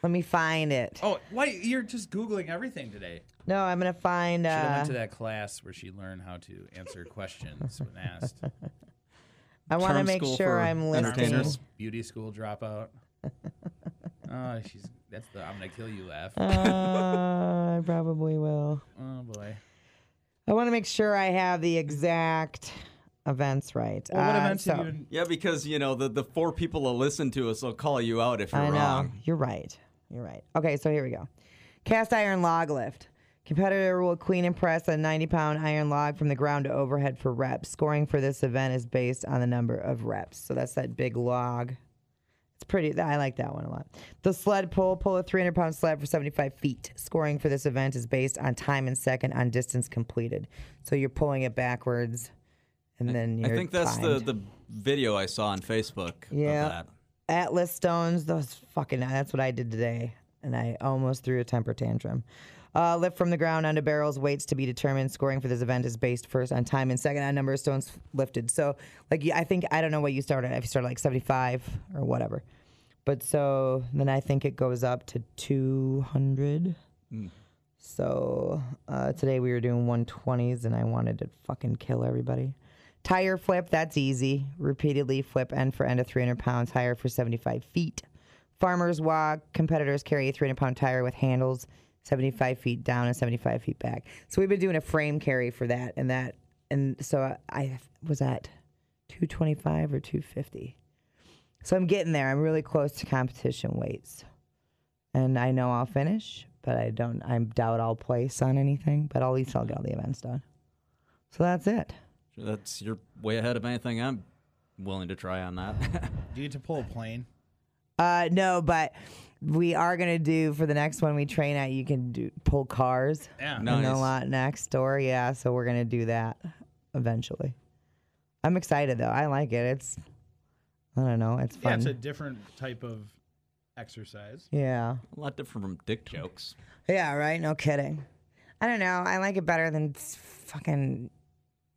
Let me find it. Oh, why you're just googling everything today? No, I'm gonna find. Should have Uh, went to that class where she learned how to answer questions when asked. I want to charm make school sure for I'm listening. entertainers. Beauty school dropout. Oh, she's that's the I'm gonna kill you laugh. Uh, I probably will. Oh uh, boy. I want to make sure I have the exact events right. Well, what Uh, events have so- you? been- Yeah, because you know the the four people that listen to us will call you out if you're I know. wrong. You're right. You're right. Okay, so here we go. Cast iron log lift. Competitor will clean and press a 90 pound iron log from the ground to overhead for reps. Scoring for this event is based on the number of reps. So that's that big log. It's pretty, I like that one a lot. The sled pull, pull a 300 pound sled for 75 feet. Scoring for this event is based on time and second on distance completed. So you're pulling it backwards and then you're. I think that's timed. the the video I saw on Facebook. Yeah. Of that. Atlas stones, those fucking, that's what I did today. And I almost threw a temper tantrum. Uh, lift from the ground onto barrels, weights to be determined. Scoring for this event is based first on time and second on number of stones lifted. So, like, you- I think, I don't know what you started. If you started like 75 or whatever. But so then I think it goes up to 200. So uh, today we were doing 120s and I wanted to fucking kill everybody. Tire flip, that's easy. Repeatedly flip end for end of 300 pounds, higher for 75 feet. Farmers walk, competitors carry a 300 pound tire with handles 75 feet down and 75 feet back. So we've been doing a frame carry for that and that. And so I, I was at 225 or 250. So I'm getting there. I'm really close to competition weights and I know I'll finish, but I don't. I doubt I'll place on anything, but at least I'll get all the events done. So that's it. That's you're way ahead of anything I'm willing to try on that. Do you get to pull a plane? Uh, no, but we are gonna do for the next one we train at. You can do pull cars Yeah. No. in the Nice. lot next door. Yeah, so we're gonna do that eventually. I'm excited though. I like it. It's I don't know. It's Yeah, fun. it's a different type of exercise. yeah. a lot different from dick jokes. Yeah, right? No kidding. I don't know. I like it better than s- fucking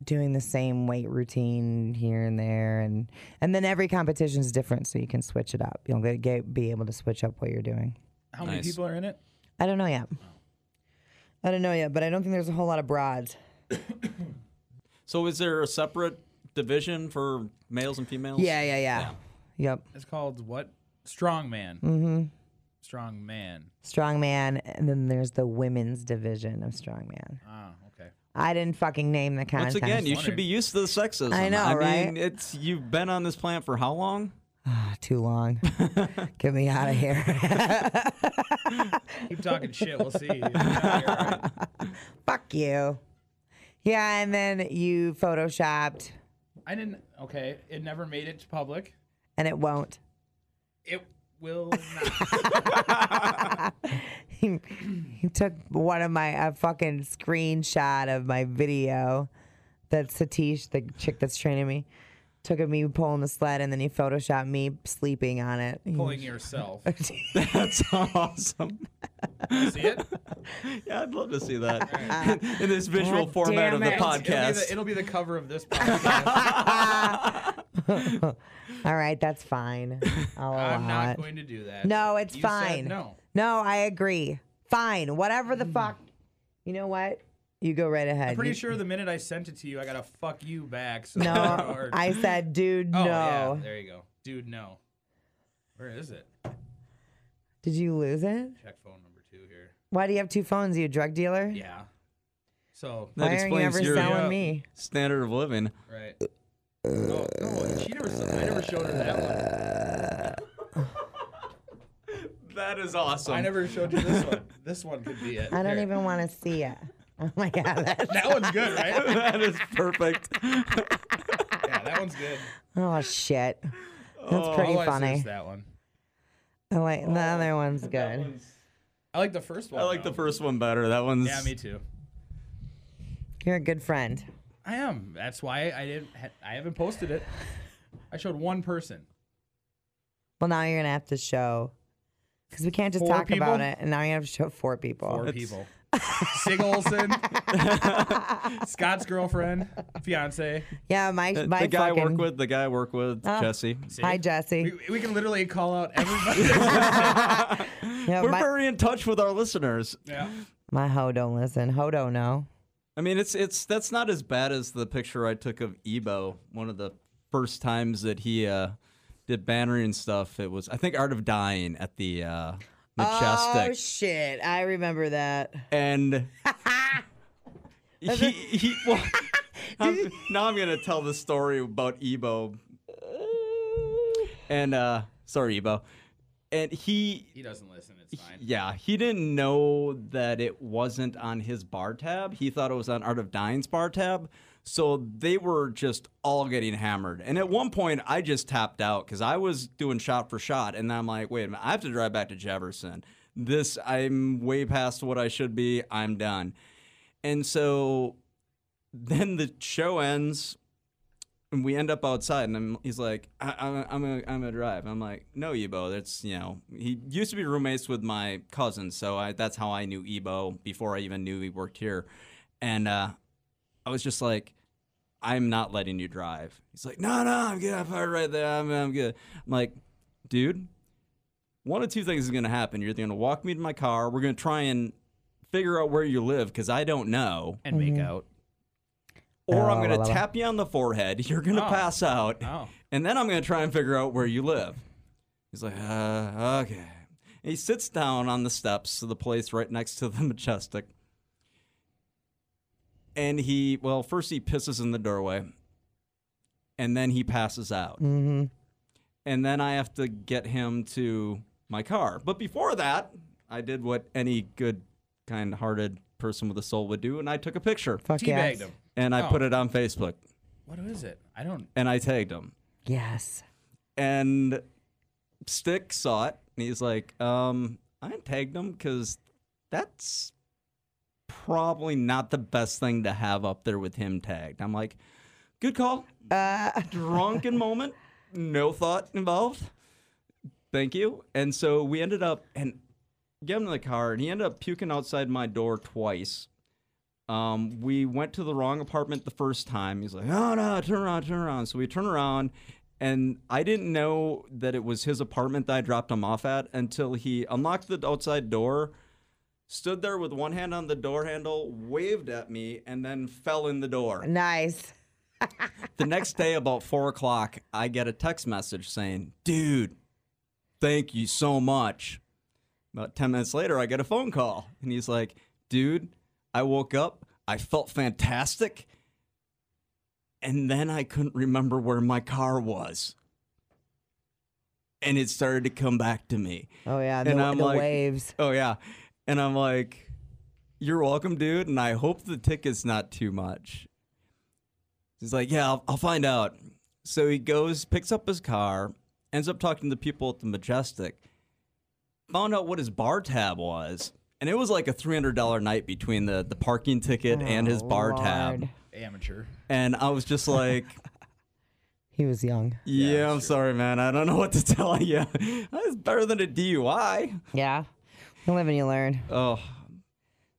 doing the same weight routine here and there and and then every competition's different so you can switch it up. You'll get, get be able to switch up what you're doing. How many Nice. people are in it? I don't know yet. I don't know yet, but I don't think there's a whole lot of broads. So is there a separate division for males and females? Yeah, yeah, yeah. Yep. It's called what? Strongman. Mm-hmm. Strongman. Strongman and then there's the women's division of strongman. Ah, okay. I didn't fucking name the contest. Once again, you should wondering. be used to the sexism. I know, I right? mean, it's you've been on this planet for how long? too long. get me out of here. Keep talking shit. We'll see. You're right. fuck you. Yeah, and then you photoshopped, I didn't. Okay, it never made it to public. and it won't. It will not. he, he took one of my a fucking screenshot of my video that Satish, the chick that's training me, took of me pulling the sled, and then he photoshopped me sleeping on it. He- Pulling yourself. That's awesome. You see it? Yeah, I'd love to see that in this visual God format of damn the it. It'll be, podcast. the, it'll be the cover of this podcast. All right, that's fine. I'll I'm allow not it. going to do that. No, it's You said fine. no. Mm. No, I agree. Fine. Whatever the fuck. You know what? You go right ahead. I'm pretty You- sure the minute I sent it to you, I got a fuck you back. So No, or- I said, dude, oh, no. Yeah, there you go. Dude, no. Where is it? Did you lose it? Check phone number two here. Why do you have two phones? Are you a drug dealer? Yeah. So, That Why aren't you explains ever your- selling Yeah. me? Standard of living. right. No, no, she never, saw- I never showed her that That is awesome. one. I never showed you this one. This one could be it. I don't Here. even want to see it. Oh my god, that's, That one's good, right? that is perfect. yeah, that one's good. oh shit, that's pretty All I see funny. Oh, is that one. I like the other one's good. I like the first one. I like the though. first one better. That one's Yeah, me too. You're a good friend. I am. That's why I didn't. ha- I haven't posted it. I showed one person. Well, now you're gonna have to show because we can't just Four talk people? about it, and now you have to show four people. Four people. Sig Olson, Scott's girlfriend, fiance. Yeah, my the my guy I fucking. Uh, work with. The guy I work with, Jesse. Hi Jesse. We, we can literally call out everybody. Yeah, We're my, very in touch with our listeners. yeah. my ho don't listen. Ho don't know. I mean, it's it's that's not as bad as the picture I took of Ebo. One of the first times that he uh, did bannering and stuff. It was I think Art of Dying at the uh, Oh Majestic, shit! I remember that. and he he. Well, I'm- now I'm gonna tell the story about Ebo, and uh, sorry Ebo, and he He doesn't listen. It's fine. yeah, he didn't know that it wasn't on his bar tab. He thought it was on Art of Dying's bar tab. So they were just all getting hammered. And at one point, I just tapped out because I was doing shot for shot. And I'm like, wait a minute, I have to drive back to Jefferson. This, I'm way past what I should be. I'm done. And so then the show ends and we end up outside and I'm, he's like I, I'm, I'm, gonna, I'm gonna drive i'm like no ebo that's you know he used to be roommates with my cousin so I, that's how i knew ebo before i even knew he worked here and uh, i was just like i'm not letting you drive he's like no no i'm good i'm fine right there i'm, I'm good i'm like dude one of two things is gonna happen you're either gonna walk me to my car we're gonna try and figure out where you live because i don't know And make Mm-hmm. out. or La, I'm Ah, la, going la, Ah. to la. tap you on the forehead. You're going to Oh. pass out. Oh. And then I'm going to try and figure out where you live. He's like, uh, okay. And he sits down on the steps of the place right next to the Majestic. And he, well, first he pisses in the doorway. And then he passes out. Mm-hmm. And then I have to get him to my car. But before that, I did what any good, kind hearted person with a soul would do. And I took a picture Fuck Teabagged yes. him. and I Oh. put it on Facebook What is it? I don't. and I tagged him. Yes. And Stick saw it, and he's like, um, I tagged him because that's probably not the best thing to have up there with him tagged. I'm like, good call. Uh, Drunken moment, no thought involved. Thank you. And so we ended up and get him in the car, and he ended up puking outside my door twice. Um, we went to the wrong apartment the first time. He's like, "Oh no, turn around, turn around." So we turn around, and I didn't know that it was his apartment that I dropped him off at until he unlocked the outside door, stood there with one hand on the door handle, waved at me, and then fell in the door. nice. The next day, about four o'clock, I get a text message saying, Dude, thank you so much. About 10 minutes later, I get a phone call, and he's like, Dude, I woke up, I felt fantastic, and then I couldn't remember where my car was. And it started to come back to me. Oh yeah, the, And I'm the like- waves. Oh, yeah. And I'm like, You're welcome, dude, and I hope the ticket's not too much. He's like, yeah, I'll, I'll find out. So he goes, picks up his car, ends up talking to people at the Majestic, found out what his bar tab was, and it was like a three hundred dollar night between the the parking ticket and his bar tab. Oh, Lord. Amateur. And I was just like, He was young. yeah, I'm sorry, man, I don't know what to tell you. That's better than a DUI. Yeah. You live and you learn. Oh,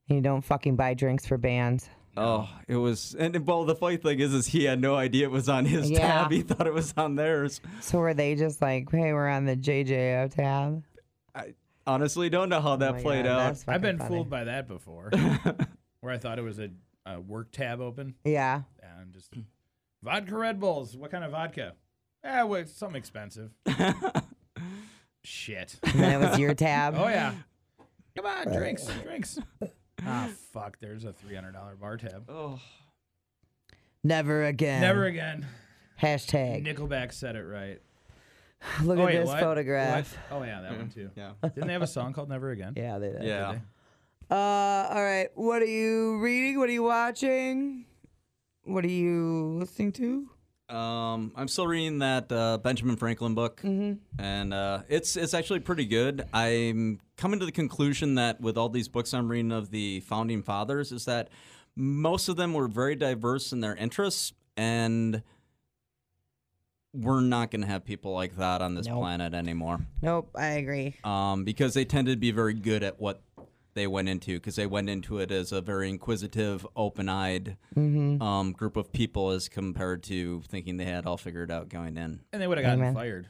And you don't fucking buy drinks for bands. Oh, it was, and well, the funny thing is, is he had no idea it was on his Yeah. tab. He thought it was on theirs. So were they just like, hey, we're on the JJO tab? I honestly don't know how that Oh my played God, out. that's fucking I've been funny. fooled by that before, where I thought it was a a work tab open, Yeah. and I'm just vodka Red Bulls. What kind of vodka? Eh, well, it's something expensive. Shit. And then it was your tab. Oh yeah. Come on, drinks, drinks. Ah, fuck. There's a three hundred dollar bar tab. Oh. Never again. Never again. Hashtag. Nickelback said it right. Look oh at wait, this what? photograph. What? Oh yeah, that one too. Yeah. Didn't they have a song called Never Again? Yeah, they did. Yeah. Uh, all right. What are you reading? What are you watching? What are you listening to? Um, I'm still reading that uh, Benjamin Franklin book, Mm-hmm. and uh, it's it's actually pretty good. I'm coming to the conclusion that with all these books I'm reading of the founding fathers, is that most of them were very diverse in their interests, and we're not going to have people like that on this Nope. planet anymore, Nope, I agree. um, because they tended to be very good at what they went into, because they went into it as a very inquisitive, open-eyed um, group of people as compared to thinking they had all figured out going in. And they would have gotten Amen. fired.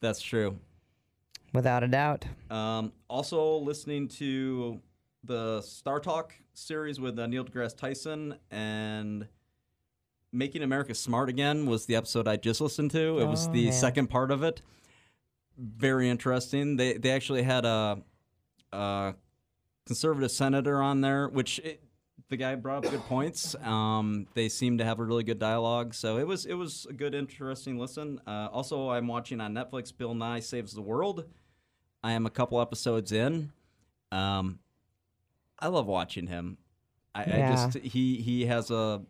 That's true. Without a doubt. Um, also, listening to the Star Talk series with uh, Neil deGrasse Tyson and Making America Smart Again was the episode I just listened to. It was Oh, the yeah. second part of it. Very interesting. They they actually had a, a conservative senator on there, which it, the guy brought up good points. Um, they seemed to have a really good dialogue, so it was it was a good, interesting listen. Uh, also, I'm watching on Netflix Bill Nye Saves the World. I am a couple episodes in. Um, I love watching him. I, I just he he has a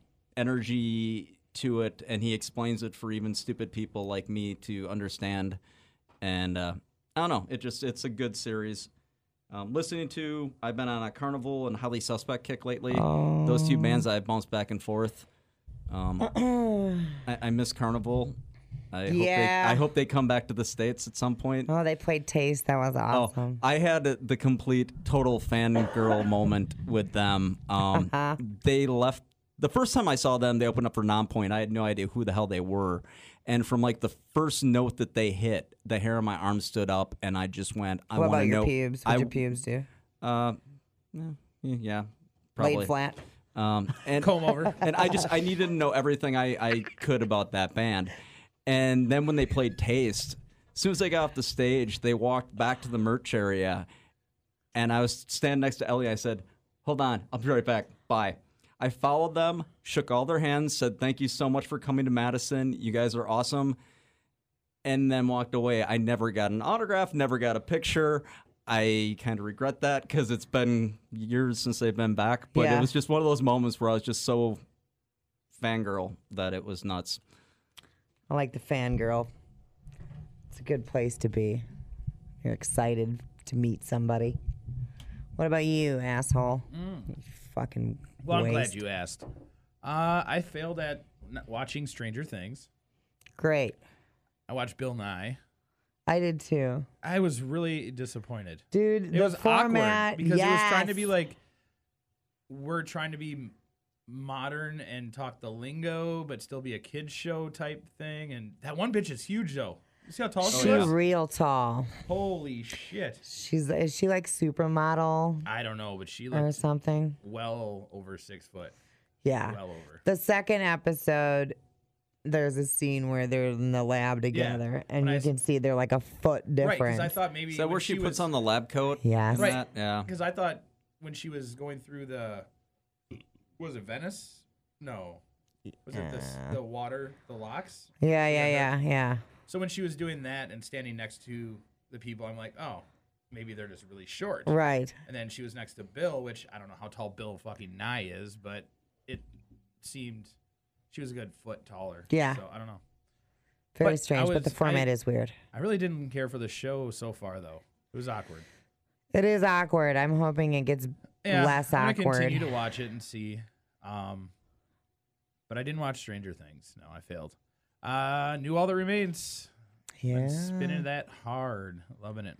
energy to it, and he explains it for even stupid people like me to understand. And uh, I don't know, it just it's a good series. Um, listening to, I've been on a Carnival and Highly Suspect kick lately. Those two bands I bounce back and forth. Um, I, I miss Carnival. I hope Yeah. they, I hope they come back to the states at some point. Oh, they played Taste. That was Oh, awesome. I had a- the complete total fangirl moment with them. Um, Uh-huh. they left the first time I saw them. They opened up for Nonpoint. I had no idea who the hell they were, and from like the first note that they hit, the hair on my arm stood up, and I just went, "I what want about to your know." pubes? What I, your pubes do? uh, yeah, yeah, Laid probably. flat. Um, and Comb over. and I just I needed to know everything I, I could about that band. And then when they played Taste, as soon as they got off the stage, they walked back to the merch area, and I was standing next to Ellie. I said, "Hold on, I'll be right back. Bye." I followed them, shook all their hands, said, "Thank you so much for coming to Madison. You guys are awesome." and then walked away. I never got an autograph, never got a picture. I kind of regret that because it's been years since they've been back. But Yeah. it was just one of those moments where I was just so fangirl that it was nuts. I like the fangirl. It's a good place to be. You're excited to meet somebody. What about you, asshole? You fucking Mm. Well, I'm glad waste. you asked. Uh, I failed at n- watching Stranger Things. Great. I watched Bill Nye. I did too. I was really disappointed. Dude, It the was format, awkward because it was trying to be yes. like we're trying to be m- modern and talk the lingo, but still be a kids show type thing. And that one bitch is huge though. You see how tall Oh, She's she is? real tall. Holy shit! She's is she like supermodel I don't know, but she or looks something? well over six foot. Yeah. Well over. The second episode, there's a scene where they're in the lab together, and but you I s- can see they're like a foot Right, difference. because I thought maybe Is that when where she, puts was, on the lab coat? Yes. and Right. that? Yeah. Because I thought when she was going through the, was it Venice? No, was it the s- the water the locks? yeah, yeah, yeah, yeah. So when she was doing that and standing next to the people, I'm like, oh, maybe they're just really short. Right. And then she was next to Bill, which I don't know how tall Bill fucking Nye is, but it seemed she was a good foot taller. Yeah. So I don't know. Very But I strange, but the was- I- format is weird. I really didn't care for the show so far though. It was awkward. It is awkward. I'm hoping it gets Yeah, less I'm awkward. gonna continue to watch it and see. Um, but I didn't watch Stranger Things. No, I failed. Uh, knew all that remains. yeah. Been spinning that hard, loving it.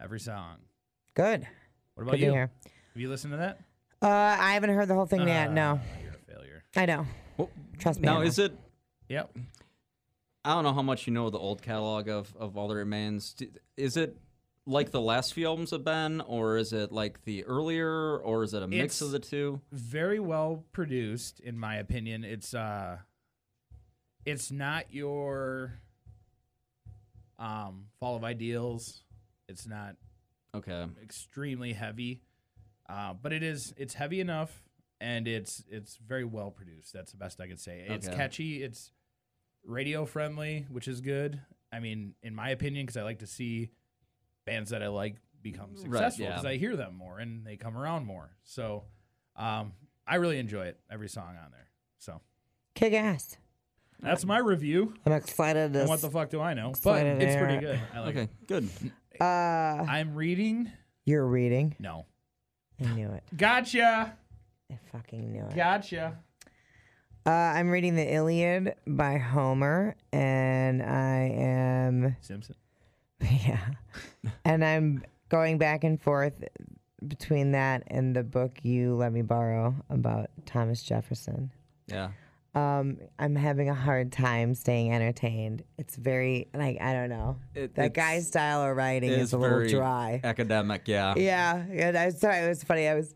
Every song. Good. Good What about to you? hear. Have you listened to that? Uh, I haven't heard the whole thing yet. No, Ah, You're a failure. I know. Well, Trust me. I Now know. is it? Yep. I don't know how much you know the old catalog of of all that remains. Do- Is it like the last few albums have been, or is it like the earlier, or is it a mix of the two? very well produced in my opinion it's uh it's not your um fall of ideals it's not Okay. extremely heavy uh but it is it's heavy enough and it's it's very well produced that's the best i could say it's Okay. catchy it's radio friendly which is good i mean in my opinion because i like to see bands that i like become successful yeah. because i hear them more and they come around more so um i really enjoy it every song on there so Kick ass. that's my review I'm excited to. and what the fuck do i know but excited to it's hear pretty it. good I like Okay. it. Good. f- uh, i'm reading you're reading. no I knew it. gotcha I fucking knew it. gotcha Uh, I'm reading the Iliad by Homer, and I am simpson yeah, and I'm going back and forth between that and the book you let me borrow about Thomas Jefferson. Yeah. Um, I'm having a hard time staying entertained. It's very like I don't know. It- that it's- guy's style of writing is, It's a little very dry. Academic. Yeah. Yeah, and I sorry, it was funny. I was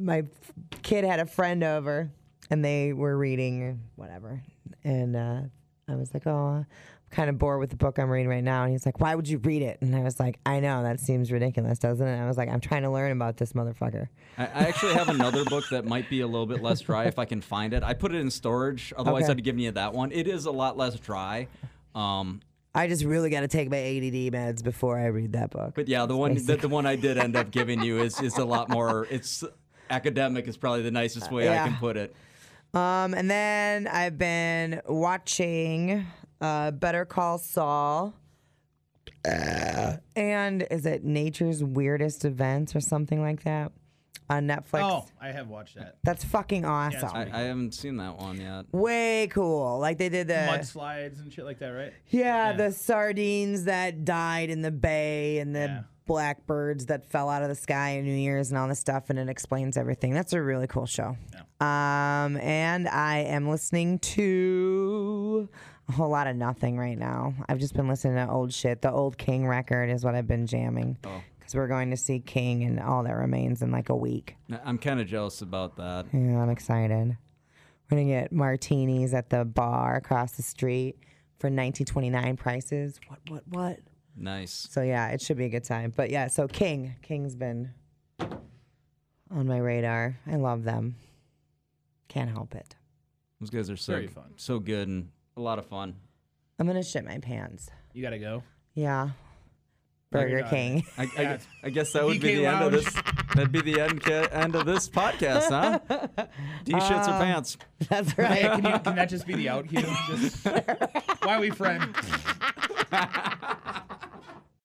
my f- kid had a friend over, and they were reading or whatever, and uh, I was like, "Oh, I'm kind of bored with the book I'm reading right now." And he's like, "Why would you read it?" And I was like, "I know that seems ridiculous, doesn't it?" And I was like, "I'm trying to learn about this motherfucker." I, I actually have another book that might be a little bit less dry if I can find it. I put it in storage. Otherwise, Okay. I'd given you that one. It is a lot less dry. Um, I just really got to take my ADD meds before I read that book. But yeah, the one that the one I did end up giving you is is a lot more. It's academic is probably the nicest way Yeah. I can put it. Um, and then I've been watching uh, Better Call Saul. And is it Nature's Weirdest Events or something like that on Netflix? oh i have watched that That's fucking awesome. I, I haven't seen that one yet. Way cool. Like they did the Eh. mudslides and shit like that, right? yeah, yeah. the sardines that died in the bay and the Yeah. blackbirds that fell out of the sky in New Year's and all this stuff and it explains everything. That's a really cool show. Um and I am listening to a whole lot of nothing right now. I've just been listening to old shit. The old King record is what I've been jamming. Oh. Because we're going to see King and all that remains in like a week. No, I'm kind of jealous about that. Yeah, I'm excited. We're gonna get martinis at the bar across the street for 19.29 prices. What? What? What? Nice. So yeah, it should be a good time. But yeah, so King, King's been on my radar. I love them. Can't help it. Those guys are so Very fun. so good and a lot of fun. I'm gonna shit my pants. You gotta go. Yeah, Burger done. King. I, I- I guess that would BK be the end of Lounge. this. That'd be the end ca- end of this podcast, huh? D shits or pants. That's Hey, right. can, you, can that just be the out cue? Just, why we friend?